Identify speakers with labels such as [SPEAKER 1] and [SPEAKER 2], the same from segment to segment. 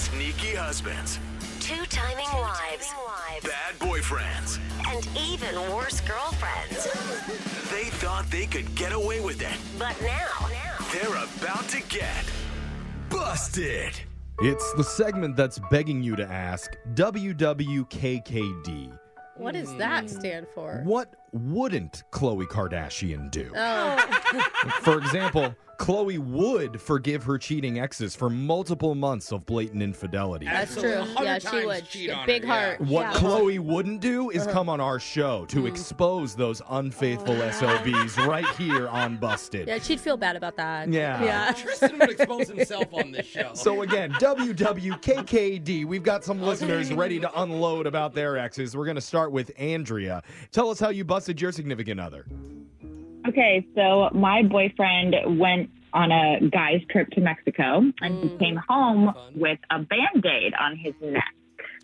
[SPEAKER 1] sneaky husbands,
[SPEAKER 2] Two timing wives
[SPEAKER 1] bad boyfriends.
[SPEAKER 2] and even worse girlfriends.
[SPEAKER 1] They thought they could get away with it.
[SPEAKER 2] But now,
[SPEAKER 1] They're about to get busted.
[SPEAKER 3] It's the segment that's begging you to ask WWKKD.
[SPEAKER 4] What does that stand for?
[SPEAKER 3] What wouldn't Khloe Kardashian do?
[SPEAKER 4] Oh.
[SPEAKER 3] for example, Khloe would forgive her cheating exes for multiple months of blatant infidelity.
[SPEAKER 4] That's true.
[SPEAKER 5] Absolutely.
[SPEAKER 4] Yeah,
[SPEAKER 5] 100
[SPEAKER 4] she
[SPEAKER 5] times
[SPEAKER 4] would.
[SPEAKER 5] cheat
[SPEAKER 4] She-
[SPEAKER 5] on
[SPEAKER 4] Big
[SPEAKER 5] her,
[SPEAKER 4] heart.
[SPEAKER 3] What
[SPEAKER 6] Yeah.
[SPEAKER 3] Chloe wouldn't do
[SPEAKER 4] Uh-huh.
[SPEAKER 3] is come on our show
[SPEAKER 4] Mm.
[SPEAKER 3] to expose those unfaithful SOBs right here on Busted.
[SPEAKER 4] Oh. Yeah, she'd feel bad about that.
[SPEAKER 3] Yeah.
[SPEAKER 4] Yeah.
[SPEAKER 5] Tristan would expose himself on this show.
[SPEAKER 3] So again, WWKKD, we've got some listeners ready to unload about their exes. We're going to start with Andrea. Tell us how you busted your significant other.
[SPEAKER 7] Okay, so my boyfriend went on a guy's trip to Mexico and he came home with a band aid on his neck.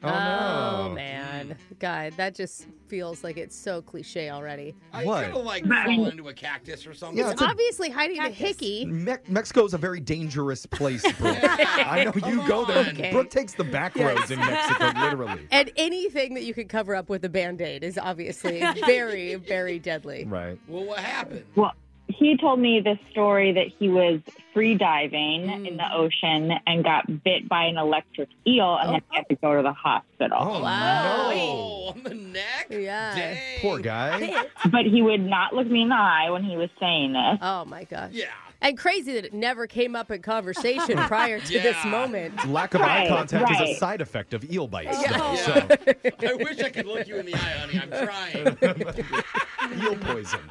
[SPEAKER 3] Oh, no.
[SPEAKER 4] man. God, that just feels like it's so cliche already.
[SPEAKER 5] I
[SPEAKER 3] What?
[SPEAKER 5] kind of like fall into a cactus or something.
[SPEAKER 3] Yeah,
[SPEAKER 4] It's
[SPEAKER 3] it's a-
[SPEAKER 4] obviously hiding the hickey.
[SPEAKER 3] Me- Mexico is a very dangerous place, Brooke. I know you
[SPEAKER 5] Come
[SPEAKER 3] go there.
[SPEAKER 5] on.
[SPEAKER 4] Okay.
[SPEAKER 3] Brooke takes the back roads in Mexico, literally.
[SPEAKER 4] And anything that you could cover up with a band aid is obviously very, very deadly.
[SPEAKER 3] Right.
[SPEAKER 5] Well, what happened?
[SPEAKER 7] Well, he told me this story that he was free diving in the ocean and got bit by an electric eel and then he had to go to the hospital.
[SPEAKER 3] Oh,
[SPEAKER 4] Wow.
[SPEAKER 3] no.
[SPEAKER 5] Oh, on the neck?
[SPEAKER 4] Yeah.
[SPEAKER 5] Dang.
[SPEAKER 3] Poor guy.
[SPEAKER 7] But he would not look me in the eye when he was saying this.
[SPEAKER 4] Oh my gosh.
[SPEAKER 5] Yeah.
[SPEAKER 4] And crazy that it never came up in conversation prior to this
[SPEAKER 5] Yeah.
[SPEAKER 4] moment.
[SPEAKER 3] Lack of eye
[SPEAKER 7] Right,
[SPEAKER 3] contact is a
[SPEAKER 7] right.
[SPEAKER 3] side effect of eel bites.
[SPEAKER 5] Yeah.
[SPEAKER 3] though,
[SPEAKER 5] I wish I could look you in the eye, honey. I'm trying.
[SPEAKER 3] So, eel poison.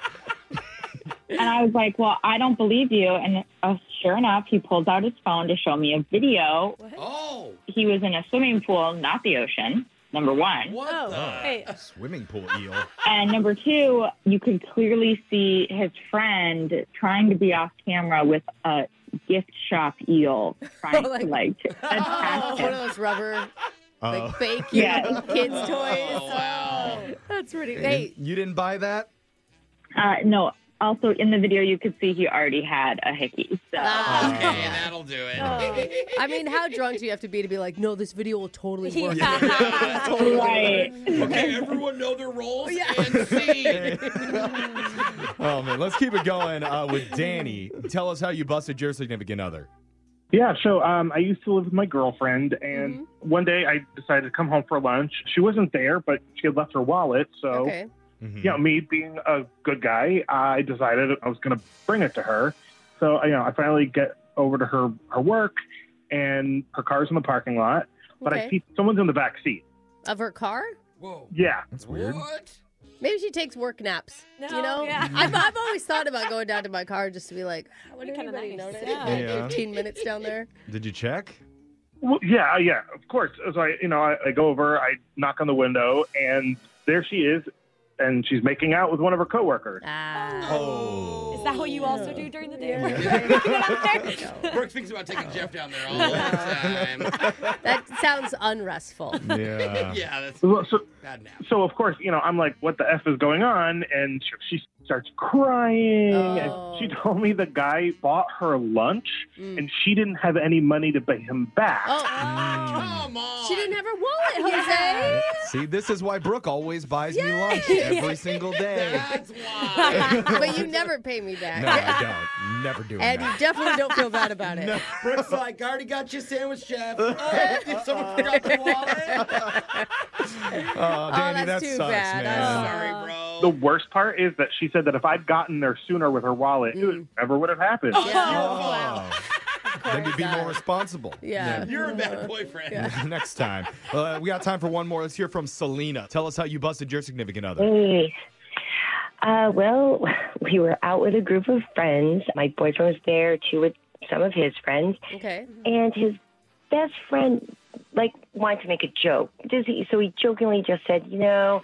[SPEAKER 7] And I was like, Well, I don't believe you. And uh, sure enough, he pulls out his phone to show me a video.
[SPEAKER 5] Oh,
[SPEAKER 7] He was in a swimming pool, not the ocean, number one.
[SPEAKER 5] what
[SPEAKER 6] Oh,
[SPEAKER 5] the?
[SPEAKER 6] hey.
[SPEAKER 3] Swimming pool eel.
[SPEAKER 7] And number two, you could clearly see his friend trying to be off camera with a gift shop eel trying
[SPEAKER 4] Oh, like-
[SPEAKER 7] to like
[SPEAKER 4] Oh,
[SPEAKER 7] attack
[SPEAKER 4] one of
[SPEAKER 7] him.
[SPEAKER 4] those rubber,
[SPEAKER 3] Oh.
[SPEAKER 4] like fake you
[SPEAKER 7] Yeah.
[SPEAKER 4] know, kids' toys.
[SPEAKER 5] Oh, wow.
[SPEAKER 4] That's pretty.
[SPEAKER 3] You
[SPEAKER 4] Hey,
[SPEAKER 3] didn't- you didn't buy that?
[SPEAKER 7] Uh, no, also in the video, you could see he already had a hickey. So
[SPEAKER 4] ah,
[SPEAKER 5] Okay, that'll do it.
[SPEAKER 4] I mean, how drunk do you have to be to be like, no, this video will totally work?
[SPEAKER 6] Yeah.
[SPEAKER 4] Totally work."
[SPEAKER 7] right.
[SPEAKER 5] okay, everyone know their roles and scene.
[SPEAKER 3] Oh man, let's keep it going uh, with Danny. Tell us how you busted your significant other.
[SPEAKER 8] Yeah, so um, I used to live with my girlfriend, and
[SPEAKER 4] Mm-hmm.
[SPEAKER 8] one day I decided to come home for lunch. She wasn't there, but she had left her wallet. So,
[SPEAKER 4] Okay.
[SPEAKER 3] Mhm.
[SPEAKER 8] you know, me being a good guy, I decided I was going to bring it to her. So, you know, I finally get over to her her work, and her car's in the parking lot, but I
[SPEAKER 4] Okay.
[SPEAKER 8] see someone's in the back seat.
[SPEAKER 4] Of her car?
[SPEAKER 5] Whoa.
[SPEAKER 8] Yeah,
[SPEAKER 3] That's weird.
[SPEAKER 5] What?
[SPEAKER 4] Maybe she takes work naps.
[SPEAKER 6] No,
[SPEAKER 4] you know,
[SPEAKER 6] yeah.
[SPEAKER 4] I've, I've always thought about going down to my car just to be like, "Ah, what
[SPEAKER 6] Be
[SPEAKER 4] did
[SPEAKER 6] kinda
[SPEAKER 4] anybody
[SPEAKER 6] nice. Oh,
[SPEAKER 4] notice?
[SPEAKER 6] Yeah.
[SPEAKER 3] Yeah.
[SPEAKER 4] Fifteen minutes down there.
[SPEAKER 3] Did you check?
[SPEAKER 8] well, yeah, uh, yeah, of course. So I, you know, I, I go over, I knock on the window, and there she is, and she's making out with one of her coworkers.
[SPEAKER 4] Ah.
[SPEAKER 3] Oh.
[SPEAKER 6] Is that what you also do during the day?
[SPEAKER 5] Brooke thinks about taking Jeff down there all the time.
[SPEAKER 4] That sounds unrestful.
[SPEAKER 3] Oh. Yeah.
[SPEAKER 5] Yeah, that's
[SPEAKER 8] Well, so
[SPEAKER 5] bad nap.
[SPEAKER 8] so of course, you know, I'm like, what the f is going on? And she, she starts crying.
[SPEAKER 4] Oh. Mm.
[SPEAKER 8] And she told me the guy bought her lunch, and she didn't have any money to pay him back.
[SPEAKER 4] Oh,
[SPEAKER 5] Ah,
[SPEAKER 3] Mm.
[SPEAKER 5] Come on.
[SPEAKER 4] she didn't have her wallet, Jose.
[SPEAKER 3] See, this is why Brooke always buys me lunch every single day.
[SPEAKER 5] That's why.
[SPEAKER 4] but you never pay me back.
[SPEAKER 3] No, I don't. Never doing
[SPEAKER 4] And you
[SPEAKER 3] that.
[SPEAKER 4] definitely don't feel bad about it.
[SPEAKER 5] Brooke's like, I already got your sandwich, Jeff. Oh, did someone forgot the wallet?
[SPEAKER 3] Oh, Danny,
[SPEAKER 4] that's
[SPEAKER 3] that
[SPEAKER 4] too
[SPEAKER 3] sucks,
[SPEAKER 4] bad.
[SPEAKER 3] man.
[SPEAKER 5] Sorry,
[SPEAKER 8] The
[SPEAKER 5] bro.
[SPEAKER 8] worst part is that she said that if I'd gotten there sooner with her wallet,
[SPEAKER 4] Mm.
[SPEAKER 8] it never would have happened.
[SPEAKER 3] Oh. Then you'd be more responsible.
[SPEAKER 4] Yeah.
[SPEAKER 5] You're a bad boyfriend.
[SPEAKER 3] Next time. Uh, we got time for one more. Let's hear from Selena. Tell us how you busted your significant other.
[SPEAKER 9] Hey. Uh, well, we were out with a group of friends. My boyfriend was there, too, with some of his friends,
[SPEAKER 4] Okay.
[SPEAKER 9] and his best friend like wanted to make a joke. Does he? So he jokingly just said, "You know,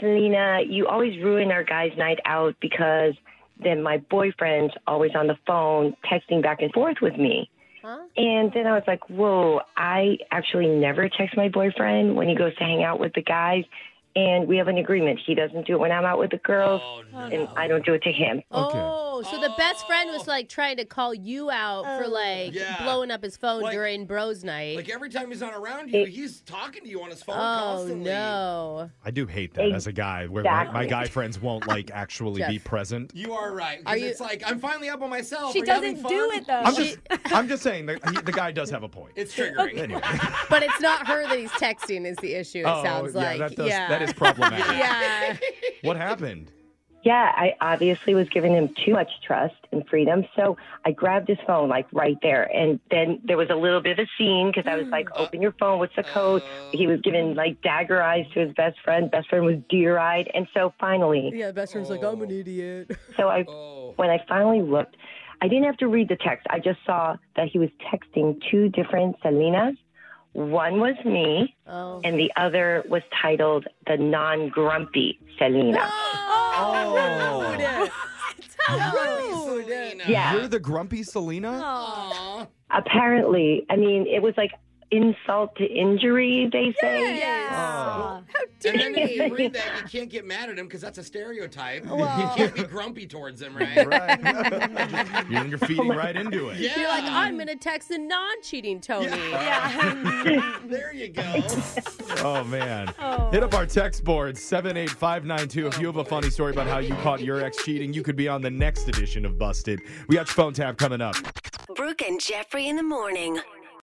[SPEAKER 9] Selena, you always ruin our guys' night out because then my boyfriend's always on the phone texting back and forth with me."
[SPEAKER 4] Huh?
[SPEAKER 9] And then I was like, whoa, I actually never text my boyfriend when he goes to hang out with the guys. and we have an agreement. He doesn't do it when I'm out with the girls,
[SPEAKER 10] Oh,
[SPEAKER 9] and I don't do it to him.
[SPEAKER 4] Oh, so the best friend was like trying to call you out for like
[SPEAKER 5] Yeah.
[SPEAKER 4] blowing up his phone
[SPEAKER 5] Like-
[SPEAKER 4] during bros night.
[SPEAKER 5] Like every time he's not around you, he's talking to you on his phone
[SPEAKER 4] oh
[SPEAKER 5] constantly.
[SPEAKER 4] no.
[SPEAKER 3] I do hate that as a guy, where my, my
[SPEAKER 9] Exactly.
[SPEAKER 3] guy friends won't like actually be
[SPEAKER 4] Jeff.
[SPEAKER 3] present.
[SPEAKER 5] You are right.
[SPEAKER 4] Are
[SPEAKER 5] Are
[SPEAKER 4] you-
[SPEAKER 5] It's like I'm finally up on myself.
[SPEAKER 6] She
[SPEAKER 5] Are you having
[SPEAKER 6] doesn't do
[SPEAKER 5] fun?
[SPEAKER 6] it though.
[SPEAKER 3] I'm just, I'm just saying that he, the guy does have a point.
[SPEAKER 5] It's triggering.
[SPEAKER 3] Anyway,
[SPEAKER 4] But it's not her that he's texting is the issue, it
[SPEAKER 3] oh
[SPEAKER 4] sounds
[SPEAKER 3] yeah,
[SPEAKER 4] like.
[SPEAKER 3] that does,
[SPEAKER 4] yeah.
[SPEAKER 3] that is problematic.
[SPEAKER 4] yeah.
[SPEAKER 3] What happened?
[SPEAKER 9] Yeah, I obviously was giving him too much trust and freedom. So I grabbed his phone, like right there. And then there was a little bit of a scene because I was like, open your phone. What's the code? He was giving like dagger eyes to his best friend. Best friend was deer eyed. And so finally,
[SPEAKER 4] Yeah, the best friend's like, I'm
[SPEAKER 5] Oh.
[SPEAKER 4] an idiot.
[SPEAKER 9] so I, when I finally looked, I didn't have to read the text. I just saw that he was texting two different Selinas. One was me,
[SPEAKER 4] Oh.
[SPEAKER 9] and the other was titled the non grumpy Selena.
[SPEAKER 3] Oh.
[SPEAKER 4] Rude. Oh,
[SPEAKER 5] Rude.
[SPEAKER 9] Yeah.
[SPEAKER 3] You're the grumpy Selena?
[SPEAKER 5] Aw.
[SPEAKER 9] Apparently, I mean, it was like insult to injury, they say.
[SPEAKER 6] Yeah.
[SPEAKER 5] And then if you read that, you can't get mad at him because that's a stereotype. you can't be grumpy towards him, right?
[SPEAKER 3] Right. You're, you're feeding right into it.
[SPEAKER 5] Yeah.
[SPEAKER 4] You're like, I'm gonna text the non-cheating Tony.
[SPEAKER 5] there you go.
[SPEAKER 3] Oh, man. Hit up our text board, 78592. If you have a funny story about how you caught your ex cheating, you could be on the next edition of Busted. We got your phone tap coming up.
[SPEAKER 2] Brooke and Jeffrey in the morning.